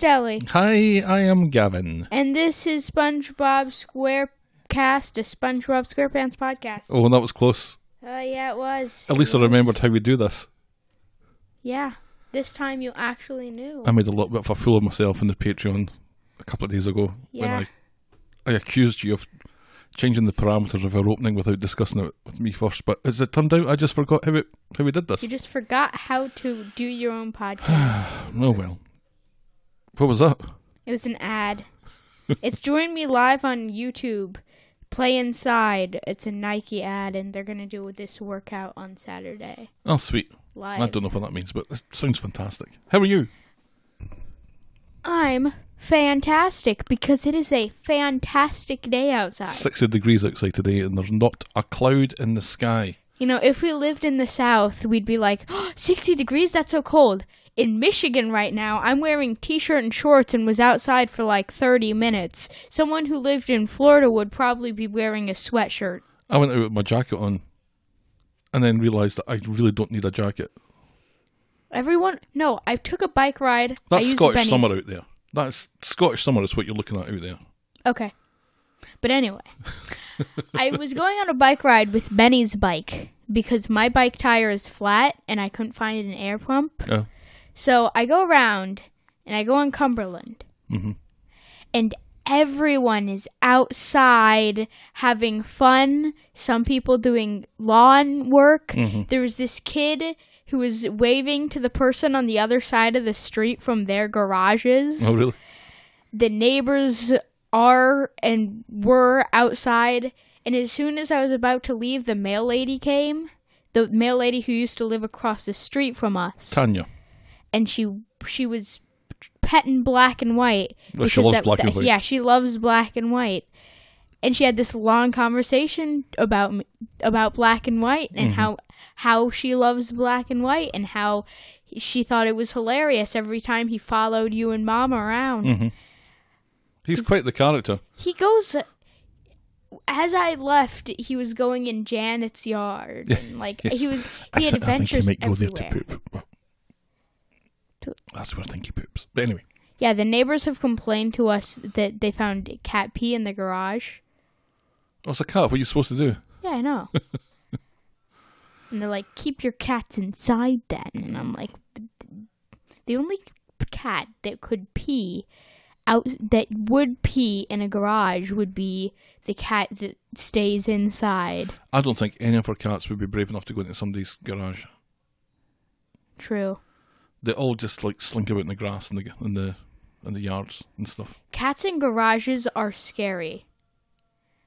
Kelly, Hi, I am Gavin. and this is SpongeBob SquareCast, a SpongeBob SquarePants podcast. Oh, that was close. Oh, yeah, it was. At least I It was. remembered how we do this. Yeah, this time you actually knew. I made a little bit of a fool of myself in the Patreon a couple of days ago Yeah. when I, I accused you of changing the parameters of our opening without discussing it with me first. But as it turned out, I just forgot how, it, how we did this. you just forgot how to do your own podcast. Oh, well. What was that? it was an ad. it's joined me live on YouTube. Play inside. It's a Nike ad, and they're gonna do this workout on Saturday Oh, sweet. live. I don't know what that means, but it sounds fantastic. How are you? I'm fantastic because it is a fantastic day outside. 60 degrees outside today, and there's not a cloud in the sky. You know, if we lived in the South, we'd be like, "Oh, 60 degrees? That's so cold. In Michigan right now, I'm wearing t shirt and shorts and was outside for like 30 minutes. Someone who lived in Florida would probably be wearing a sweatshirt. I went out with my jacket on and then realised that I really don't need a jacket. Everyone, no, I took a bike ride. I That's used Scottish Benny's. summer out there. That's Scottish summer is what you're looking at out there. Okay. But anyway, I was going on a bike ride with Benny's bike because my bike tire is flat and I couldn't find an air pump. Yeah. So I go around and I go on Cumberland. Mhm. And everyone is outside having fun. Some people doing lawn work. There was this kid who was waving to the person on the other side of the street from their garages. Oh, really? The neighbors are and were outside. And as soon as I was about to leave, the mail lady came. The mail lady who used to live across the street from us Tanya. and she she was petting black and white. Well, she because loves black and white. Yeah, she loves black and white. And she had this long conversation about m- about black and white and Mm-hmm. how how she loves black and white and how she thought it was hilarious every time he followed you and mom around. He's quite the character. He goes as I left, he was going in Janet's yard and like he was he had adventures everywhere. poop. That's where I think he poops. But anyway, Yeah, the neighbors have complained to us that they found cat pee in the garage. what's Oh, a cat? What are you supposed to do? Yeah, I know. and they're like, keep your cats inside then. And I'm like, the only cat that could pee out that would pee in a garage would be the cat that stays inside. I don't think any of our cats would be brave enough to go into somebody's garage. True. They all just like slink about in the grass in the in the in the yards and stuff. Cats in garages are scary.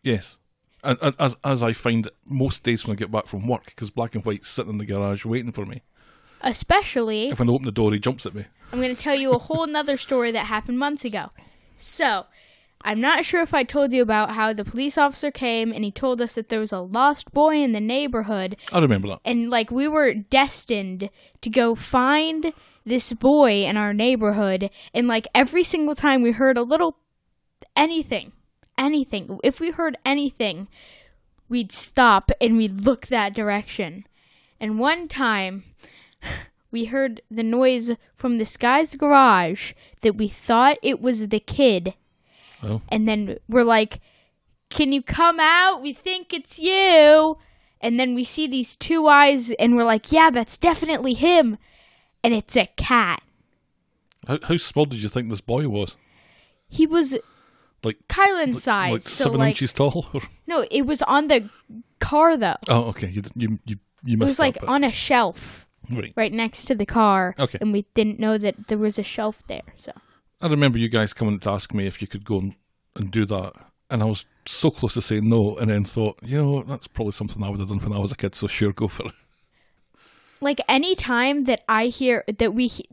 Yes. And, and as as I find most days when I get back from work, because Black and White's sitting in the garage waiting for me. Especially If I open the door, he jumps at me. I'm going to tell you a whole nother story that happened months ago. So, I'm not sure if I told you about how the police officer came and he told us that there was a lost boy in the neighborhood, I remember that. and like we were destined to go find this boy in our neighborhood, and like every single time we heard a little anything, anything, if we heard anything, we'd stop and we'd look that direction. And one time, we heard the noise from this guy's garage that we thought it was the kid. Oh. And then we're like, Can you come out? We think it's you. And then we see these two eyes and we're like, Yeah, that's definitely him. And it's a cat. How, how small did you think this boy was? He was Like Kylan's size. like so, seven like, inches tall? Or, no, it was on the car though. oh, okay. You didn't- you you you It missed was like that on a shelf bit. Right. right next to the car. Okay. And we didn't know that there was a shelf there. So. I remember you guys coming to ask me if you could go and, and do that, and I was so close to saying no, and then thought, you know, that's probably something I would have done when I was a kid. So sure, go for it. like any time that I hear that we he-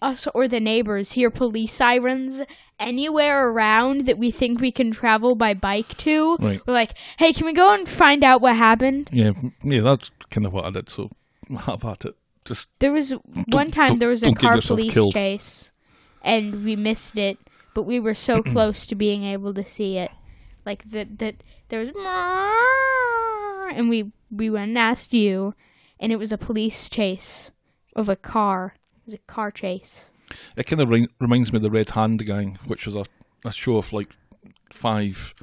us or the neighbors hear police sirens anywhere around that we think we can travel by bike to, Right. we're like, "Hey, can we go and find out what happened?" Yeah, m- yeah. That's kind of what I did. So have at it. Just There was one time there was a don't get car yourself police killed. chase, and we missed it, but we were so close to being able to see it, like that that there was, and we we went and asked you, and it was a police chase of a car. It was a car chase. It kind of re- reminds me of the Red Hand Gang, which was a, a show of like five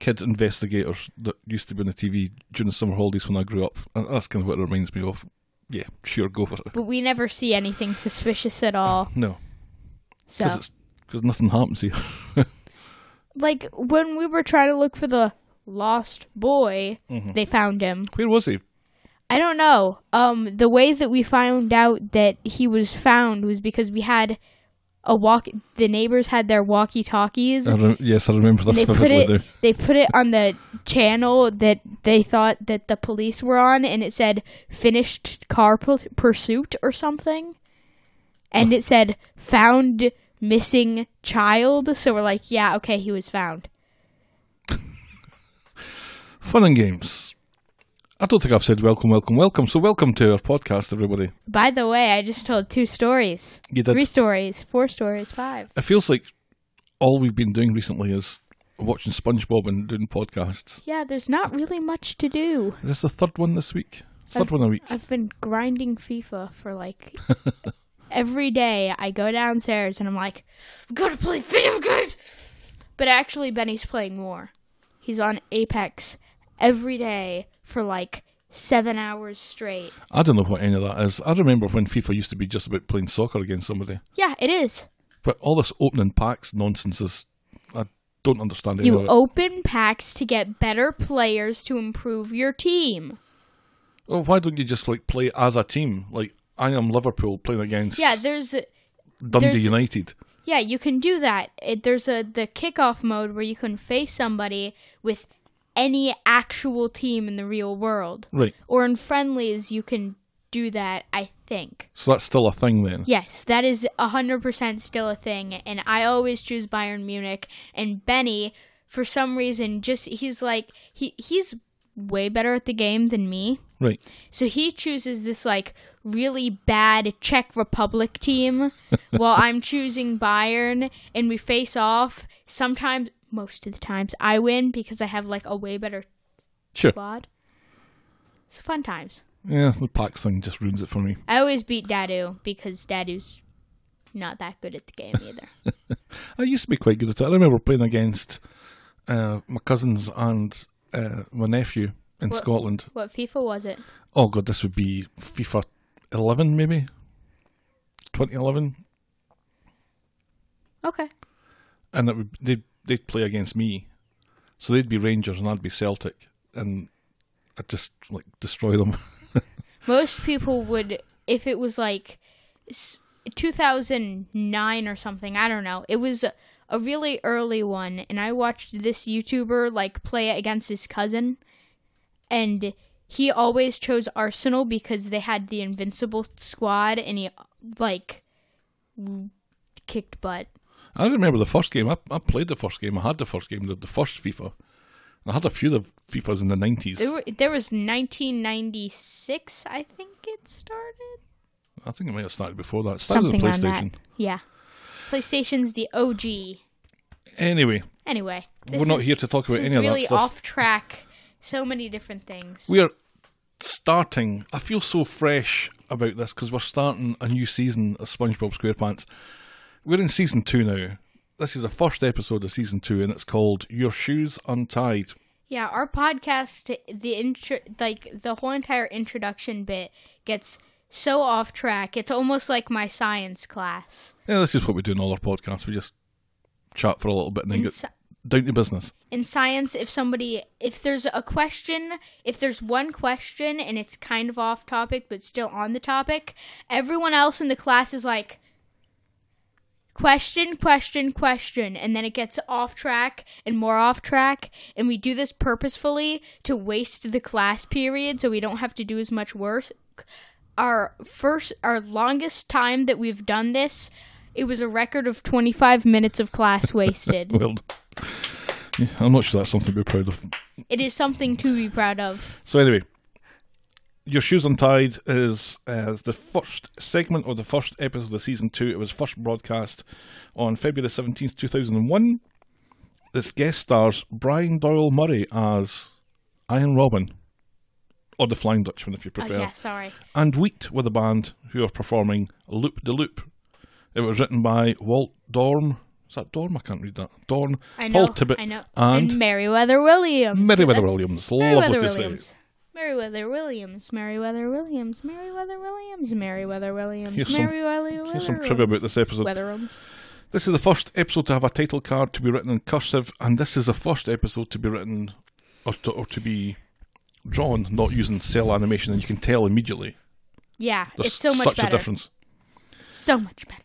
kid investigators that used to be on the TV during the summer holidays when I grew up. And that's kind of what it reminds me of. Yeah, sure, go for it. But we never see anything suspicious at all. No, So, because nothing happens here. like when we were trying to look for the lost boy, they found him. Where was he? I don't know. Um, the way that we found out that he was found was because we had a walk. The neighbors had their walkie-talkies. I rem- yes, I remember and this they put vividly it. now. They put it on the channel that they thought that the police were on, and it said "finished car pu- pursuit" or something, and it said "found missing child." So we're like, "Yeah, okay, he was found." Fun and games. I don't think I've said welcome, welcome, welcome. So welcome to our podcast, everybody. By the way, I just told two stories, You did. three stories, four stories, five. it feels like all we've been doing recently is watching SpongeBob and doing podcasts. Yeah, there's not really much to do. Is this the third one this week? 3rd I've- one a week. I've been grinding FIFA for like every day. I go downstairs and I'm like, I'm gonna play video games. But actually, Benny's playing more. He's on Apex every day for like seven hours straight. I don't know what any of that is. I remember when FIFA used to be just about playing soccer against somebody. Yeah, it is. But all this opening packs nonsense is. I don't understand any You of it. open packs to get better players to improve your team. Well, Oh, why don't you just like play as a team? Like I am Liverpool playing against Yeah, there's Dundee there's- United. Yeah, you can do that. It, there's a the kickoff mode where you can face somebody with any actual team in the real world. Right. Or in friendlies, you can do that, I think. So that's still a thing then. Yes, that is 100% still a thing. And I always choose Bayern Munich. And Benny, for some reason, just he's like, he he's way better at the game than me. Right. So he chooses this like really bad Czech Republic team while I'm choosing Bayern and we face off. Sometimes most of the times I win because I have like a way better Sure. squad. It's fun times. Yeah, the packs thing just ruins it for me. I always beat Dadu because Dadu's not that good at the game either. I used to be quite good at it. I remember playing against uh, my cousins and uh, my nephew in What- Scotland. what FIFA was it? Oh god, this would be FIFA 11 maybe. 2011 Okay. and it would, they'd, they'd play against me. So they'd be Rangers and I'd be Celtic and I'd just like destroy them. Most people would, if it was like s- 2009 or something, I don't know. It was a- a really early one, and I watched this YouTuber like play it against his cousin, and he always chose Arsenal because they had the invincible squad, and he like w- kicked butt. I remember the first game. I, I played the first game. I had the first game, the, the first FIFA. And I had a few of the FIFAs in the 90s. There, were, there was 1996, I think it started. I think it might have started before that. It started on on PlayStation. Yeah, PlayStation's the OG. Anyway, Anyway, we're not here to talk about This is any of really that stuff. off track. So many different things. We are starting. I feel so fresh about this because we're starting a new season of SpongeBob SquarePants. We're in season two now. This is the first episode of season two, and it's called "Your Shoes Untied." yeah, our podcast, the intro, like the whole entire introduction bit, gets so off track. It's almost like my science class. Yeah, this is what we do in all our podcasts. We just chat for a little bit and then In, get sci- down to business. in science, if somebody, if there's a question, if there's one question and it's kind of off topic but still on the topic, everyone else in the class is like. question, question, question, and then it gets off track and more off track. And we do this purposefully to waste the class period so we don't have to do as much work. Our first, our longest time that we've done this, it was a record of 25 minutes of class wasted. Well, yeah, I'm not sure that's something to be proud of. it is something to be proud of. So anyway, your shoes untied is uh, the first segment of the first episode of season two. It was first broadcast on February seventeenth, two thousand and one. This guest stars Brian Doyle Murray as Iron Robin, or the Flying Dutchman, if you Oh, prefer, yeah, sorry. and Wheat with a band who are performing "Loop de Loop." It was written by Walt Dorm. Is that Dorm? I can't read that. Dorm. I know. Paul Tibbett. I know. And, Merriweather Williams. Meriwether That's- Williams. Lovely Meriwether to Williams. Meriwether Williams. Meriwether Williams. Meriwether Williams. Meriwether Williams. Here's some- Meriwether Williams. say. Here's some trivia about this episode. Weatherums. This is the first episode to have a title card to be written in cursive, and this is the first episode to be written or to, or to be drawn not using cell animation, and you can tell immediately. Yeah, There's it's so much such better. a difference. So much better.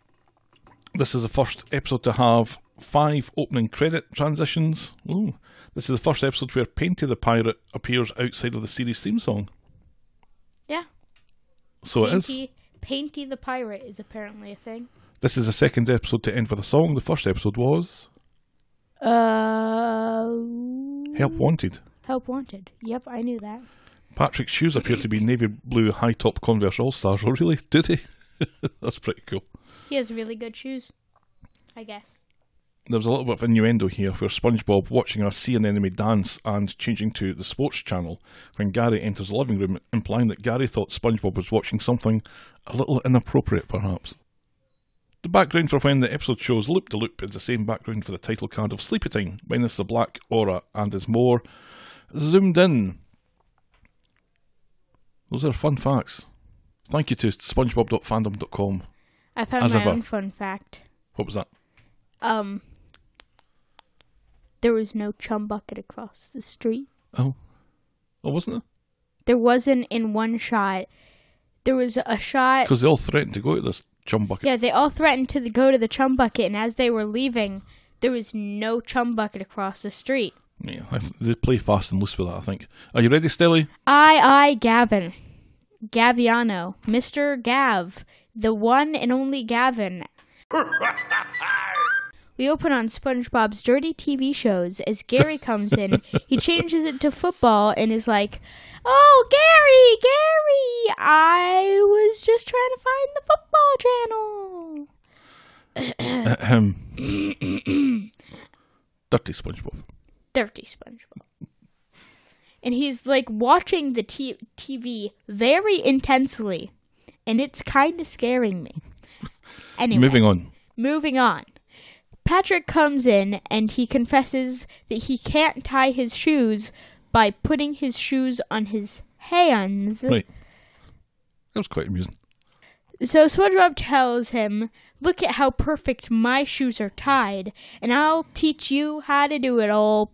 This is the first episode to have five opening credit transitions. Ooh. This is the first episode where Painty the Pirate appears outside of the series theme song. Yeah. So it is. Painty, Painty the pirate is apparently a thing. This is the second episode to end with a song. The first episode was Uh, Help Wanted. help wanted. Yep, I knew that. Patrick's shoes appear to be navy blue high top Converse All Stars. Oh, really? Do they? That's pretty cool. He has really good shoes. I guess. There was a little bit of innuendo here where SpongeBob watching us see an enemy dance and changing to the sports channel when Gary enters the living room, implying that Gary thought SpongeBob was watching something a little inappropriate, perhaps. The background for when the episode shows Loop de Loop is the same background for the title card of Sleepy Time, minus the black aura and is more zoomed in. Those are fun facts. Thank you to spongebob.fandom.com. I found As my ever. own fun fact. What was that? Um, there was no chum bucket across the street. Oh. Oh, wasn't it? There wasn't in one shot. There was a shot. Because they all threatened to go to this chum bucket. Yeah, they all threatened to go to the chum bucket, and as they were leaving, there was no chum bucket across the street. Yeah, I th- they play fast and loose with that, I think. Are you ready, Stelly? I, I, Gavin. Gaviano. Mr. Gav. The one and only Gavin. we open on SpongeBob's dirty TV shows as Gary comes in. he changes it to football and is like, Oh, Gary, Gary, I was just trying to find the football channel. Ahem. Uh, Dirty SpongeBob. Dirty SpongeBob. And he's like watching the t- TV very intensely, and it's kind of scaring me. Anyway, Moving on. moving on. Patrick comes in and he confesses that he can't tie his shoes by putting his shoes on his hands. Right. That was quite amusing. So SpongeBob tells him, "Look at how perfect my shoes are tied, and I'll teach you how to do it all,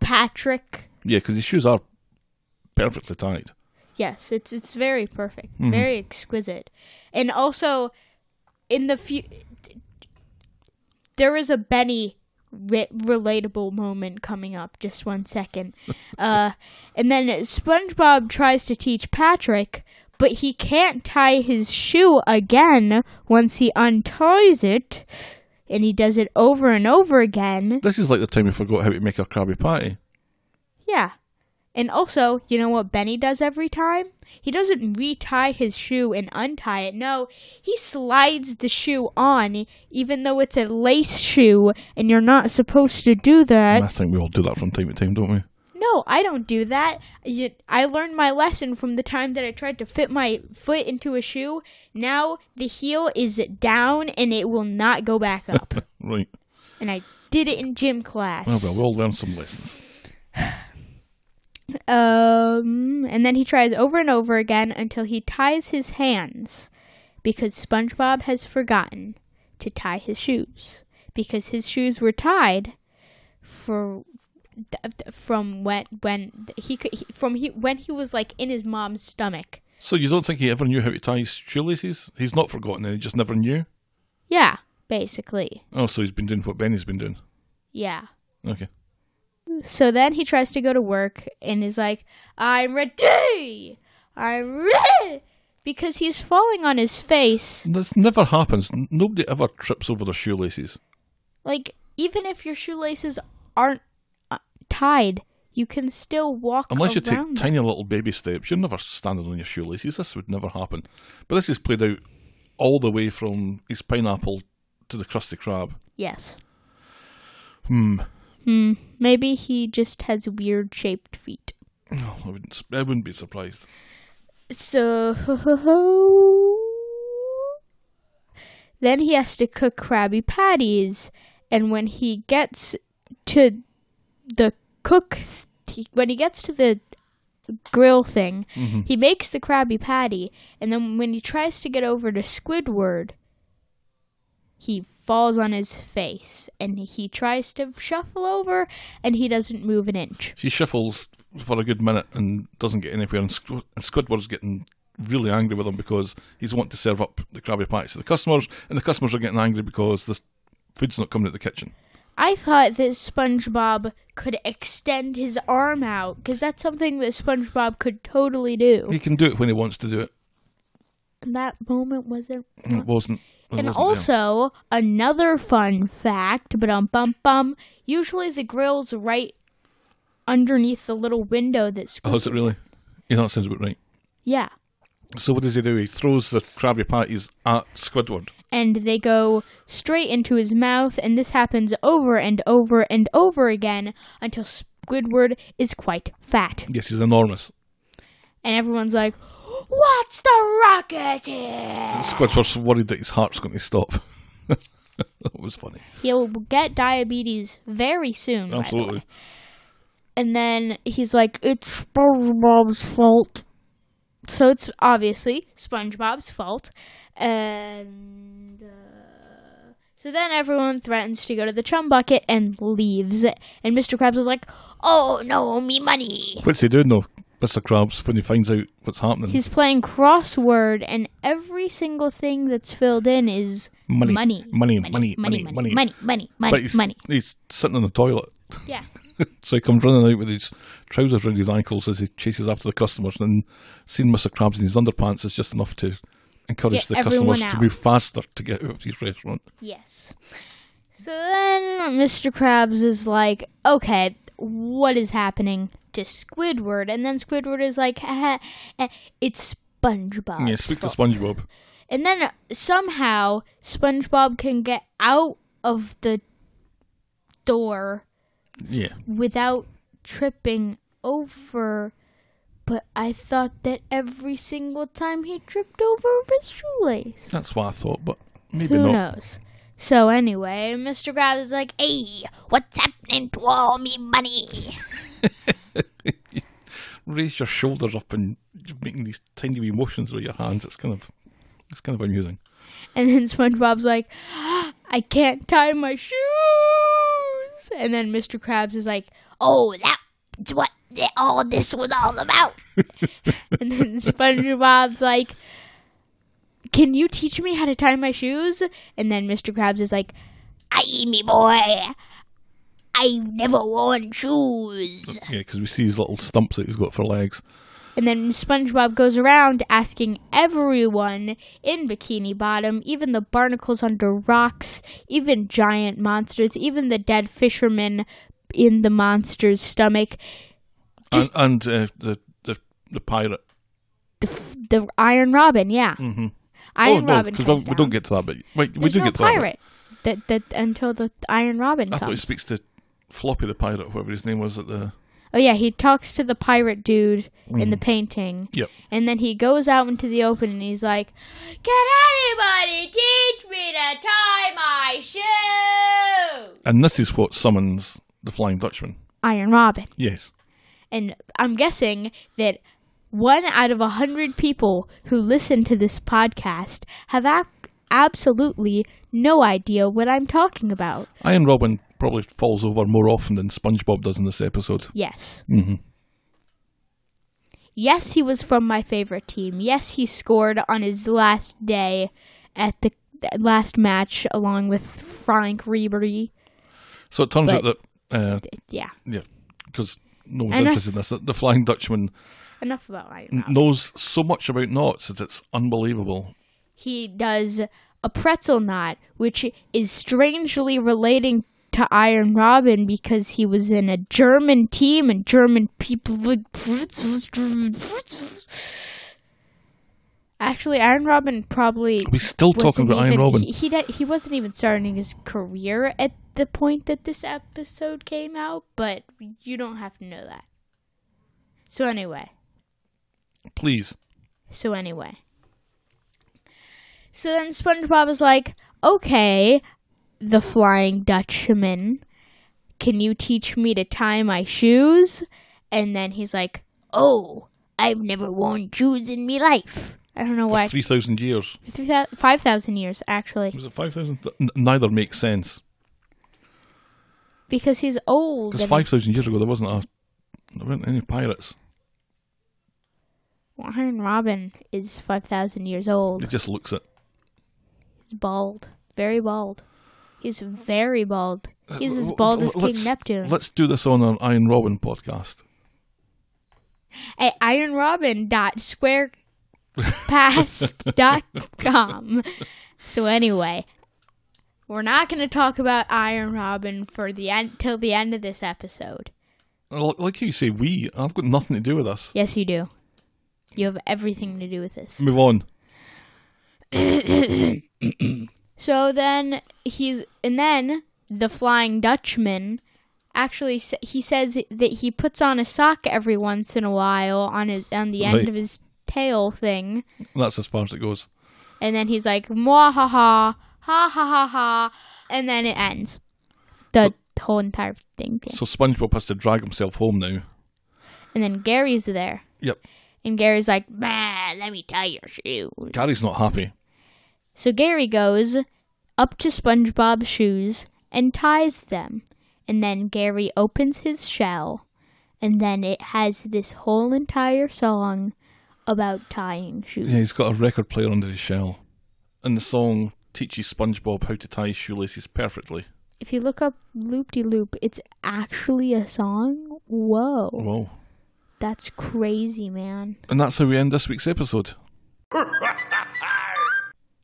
Patrick." Yeah, because his shoes are perfectly tied. Yes, it's it's very perfect, very exquisite, and also in the few there is a Benny re- relatable moment coming up. Just one second, uh, and then SpongeBob tries to teach Patrick, but he can't tie his shoe again once he unties it, and he does it over and over again. This is like the time we forgot how to make our Krabby Patty. Yeah. And also, you know what Benny does every time? He doesn't retie his shoe and untie it. No, he slides the shoe on, even though it's a lace shoe, and you're not supposed to do that. I think we all do that from time to time, don't we? No, I don't do that. You, I learned my lesson from the time that I tried to fit my foot into a shoe. Now the heel is down and it will not go back up. Right. and I did it in gym class. Oh, well, we all learned some lessons. Um, and then he tries over and over again until he ties his hands because SpongeBob has forgotten to tie his shoes because his shoes were tied for th- th- from when when he could he, from he when he was like in his mom's stomach. So you don't think he ever knew how to tie his shoelaces? He's not forgotten it, he just never knew? Yeah, basically. Oh, so he's been doing what Benny's been doing. Yeah. Okay. So then he tries to go to work and is like, "I'm ready. I'm ready." Because he's falling on his face. This never happens. N- Nobody ever trips over their shoelaces. like even if your shoelaces aren't uh, tied, you can still walk Unless you take around. them. tiny little baby steps, you're never standing on your shoelaces. This would never happen. But this is played out all the way from his pineapple to the crusty crab. yes. Hmm. Hmm. Maybe he just has weird shaped feet. Oh, I wouldn't. s- I wouldn't be surprised. So Then he has to cook Krabby Patties, and when he gets to the cook, he, when he gets to the grill thing, Mhm. he makes the Krabby Patty, and then when he tries to get over to Squidward, he falls on his face, and he tries to shuffle over, and he doesn't move an inch. She shuffles for a good minute and doesn't get anywhere, and, Squ- and Squidward's getting really angry with him because he's wanting to serve up the Krabby Patties to the customers, and the customers are getting angry because this food's not coming to the kitchen. I thought that SpongeBob could extend his arm out because that's something that SpongeBob could totally do. He can do it when he wants to do it. And that moment wasn't. And it wasn't. it and wasn't there. also another fun fact, but um bum bum. Usually the grill's right underneath the little window that's. Oh, is it really? Yeah, that sounds about right. Yeah, So what does he do? He throws the Krabby Patties at Squidward. and they go straight into his mouth, and this happens over and over and over again until Squidward is quite fat. Yes, he's enormous. and everyone's like, "What's the rocket here?" Squidward's worried that his heart's going to stop. that was funny. He'll get diabetes very soon. by the way. Absolutely. And then he's like, "It's SpongeBob's fault." So it's obviously SpongeBob's fault, and uh, so then everyone threatens to go to the chum bucket and leaves. And Mr. Krabs is like, "Oh no, me money!" What's he doing though, Mr. Krabs, when he finds out what's happening? He's playing crossword, and every single thing that's filled in is Money. money, Money, money, money, money, money, money. money, money, but money, he's, money. he's sitting on the toilet. Yeah, So he comes running out with his trousers round his ankles as he chases after the customers, and seeing Mr. Krabs in his underpants is just enough to encourage Get the everyone customers to out. move faster to get out of his restaurant. yes. So then Mr. Krabs is like, "Okay, what is happening to Squidward?" And then Squidward is like, "Haha, eh, "It's SpongeBob." yeah, speak to SpongeBob. And then somehow SpongeBob can get out of the door Yeah, without tripping over. But I thought that every single time he tripped over his shoelace. that's what I thought, but maybe Who not. knows? So anyway, Mr. Krabs is like, "Hey, what's happening to all me money?" Raise your shoulders up and you're making these tiny wee motions with your hands. It's kind of, it's kind of amusing. And then SpongeBob's like, "I can't tie my shoes." And then Mr. Krabs is like, "Oh, that's what th- all this was all about." and then SpongeBob's like, "Can you teach me how to tie my shoes?" And then Mr. Krabs is like, "Aye, me boy, I've never worn shoes." Yeah, because we see these little stumps that he's got for legs. And then SpongeBob goes around asking everyone in Bikini Bottom, even the barnacles under rocks, even giant monsters, even the dead fisherman in the monster's stomach, Just- and and uh, the, the the pirate. the, f- the Iron Robin, yeah. Mm-hmm. Iron oh no, Robin because comes we, we don't down. get to that bit. Wait, we There's do no get to that. bit. pirate that, that until the Iron Robin I thought he comes. speaks to Floppy the pirate, whatever his name was at the. Oh yeah, he talks to the pirate dude in the Mm-hmm. painting. Yep. And then he goes out into the open and he's like, "Can anybody teach me to tie my shoe?" And this is what summons the Flying Dutchman. Iron Robin. Yes. And I'm guessing that one out of a hundred people who listen to this podcast have ab- absolutely no idea what I'm talking about. Iron Robin probably falls over more often than SpongeBob does in this episode. Yes. Mm-hmm. Yes, he was from my favorite team. Yes, he scored on his last day at the th- last match along with Frank Ribery. So it turns But- out that, uh, Yeah, yeah, because no one's I know. interested in this, that the Flying Dutchman enough about Iron n- Robin. knows so much about knots that it's unbelievable. He does a pretzel knot, which is strangely relating to Iron Robin because he was in a German team and German people like pretzels, German pretzels. Actually, Iron Robin probably Are we still talking wasn't about Iron even- Robin? He, he di- he wasn't even starting his career at the point that this episode came out, but you don't have to know that. So anyway, Please. so anyway. So then SpongeBob is like, okay, the Flying Dutchman, can you teach me to tie my shoes? And then he's like, oh, I've never worn shoes in me life. I don't know For why. 3,000 years. Three thou- 5,000 years, actually. Was it 5,000? N- Neither makes sense. Because he's old. Because and- 5,000 years ago, there wasn't a. There weren't any pirates. Well, Iron Robin is 5,000 years It old. just looks it. He's bald. Very bald. He's very bald. He's as Uh, L- bald l- as King let's- Neptune. Let's do this on an Iron Robin podcast. at ironrobin.squarepass.com. so anyway, we're not going to talk about Iron Robin for the end till the end of this episode. L- Like you say, we. I've got nothing to do with this. Yes, you do. You have everything to do with this. Move on. So then he's and then the Flying Dutchman actually s- he says that he puts on a sock every once in a while on his on the end Right. of his tail thing. That's as far as it goes. And then he's like, "Mwahaha, ha ha ha ha," and then it ends. The whole entire thing. So SpongeBob has to drag himself home now. And then Gary's there, Yep. and Gary's like, "Man, let me tie your shoes." Gary's not happy. So Gary goes up to SpongeBob's shoes and ties them, and then Gary opens his shell, and then it has this whole entire song about tying shoes. Yeah, he's got a record player under his shell. And the song teaches SpongeBob how to tie his shoelaces perfectly. If you look up "Loop De Loop," it's actually a song. Whoa. Wow. That's crazy, man. And that's how we end this week's episode.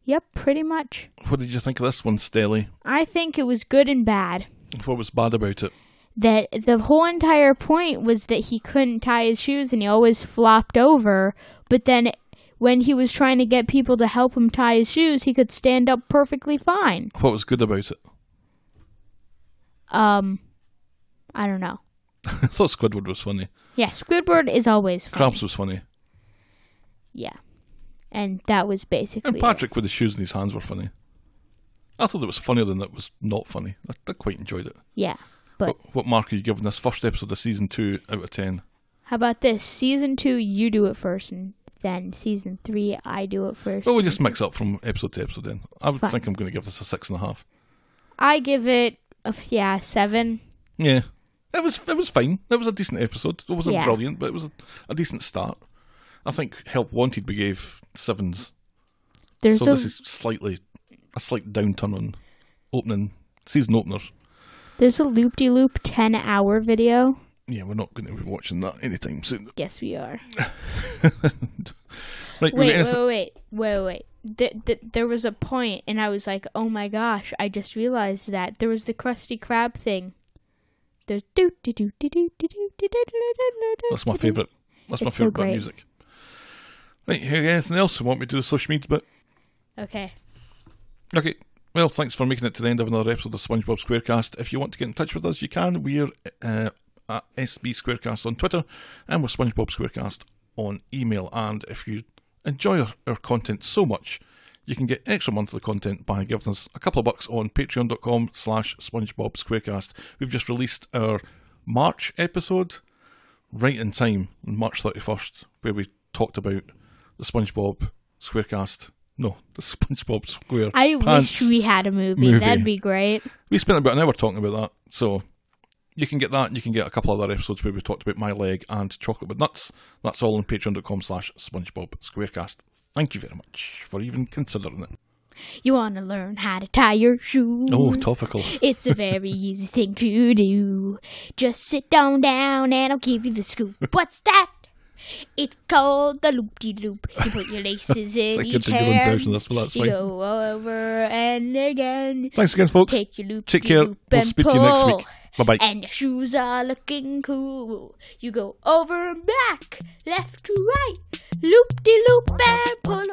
Yep, pretty much. What did you think of this one, Stelly? I think it was good and bad. What was bad about it? That the whole entire point was that he couldn't tie his shoes and he always flopped over, but then when he was trying to get people to help him tie his shoes, he could stand up perfectly fine. What was good about it? Um I don't know. I thought Squidward was funny. Yeah, Squidward is always fun. Krabs was funny. Yeah. And that was And basically it. Patrick with the shoes in his hands were funny. I thought it was funnier than it was not funny. I, I quite enjoyed it. Yeah. But What, what mark are you giving this first episode of season two out of ten? how about this? Season 2 you do it first and then season 3 I do it first. Well, we just mix up from episode to episode then. I would Fine. think I'm going to give this a six and a half. I give it, a f- yeah, seven. Yeah. It was it was fine. It was a decent episode. It wasn't Yeah. brilliant, but it was a, a decent start. I think Help Wanted we gave sevens. There's a so this is slightly a slight downturn on opening season openers. there's a loop de loop ten hour video. Yeah, we're not going to be watching that anytime soon. Yes, we are. Right, Wait, we've got wait, anything- wait, wait, wait, wait. Th- th- there was a point, and I was like, "Oh my gosh!" I just realized that there was the Krusty Krab thing. There's do do do do do do do do do do do. that's my favourite. That's my It's so favourite bit of great. music. Right, you got anything else you want me to do the social media bit? Okay. Okay. Well, thanks for making it to the end of another episode of SpongeBob SquareCast. If you want to get in touch with us, you can. We're uh, at SB SquareCast on Twitter, and we're SpongeBob SquareCast on email. And if you enjoy our, our content so much, you can get extra months of content by giving us a couple of bucks on patreon.com slash SpongeBob SquareCast. We've just released our March episode right in time on March 31st, where we talked about the SpongeBob SquareCast. No, the SpongeBob Square. I Pants. wish we had a movie. movie. That'd be great. We spent about an hour talking about that, so you can get that. You can get a couple other episodes where we talked about my leg and chocolate with nuts. That's all on patreon.com slash SpongeBob SquareCast. Thank you very much for even considering it. You want to learn how to tie your shoes? Oh, topical. It's a very easy thing to do. Just sit on down and I'll give you the scoop. What's that? It's called the loop de loop. You put your laces in like a each Digimon hand. version, that's- well, that's you fine. go over and again. Thanks again, folks. Take, Take your loop. care. Loop We'll and speak pull. to you next week. Bye-bye. And your shoes are looking cool. You go over and back, left to right, loop de loop and pull.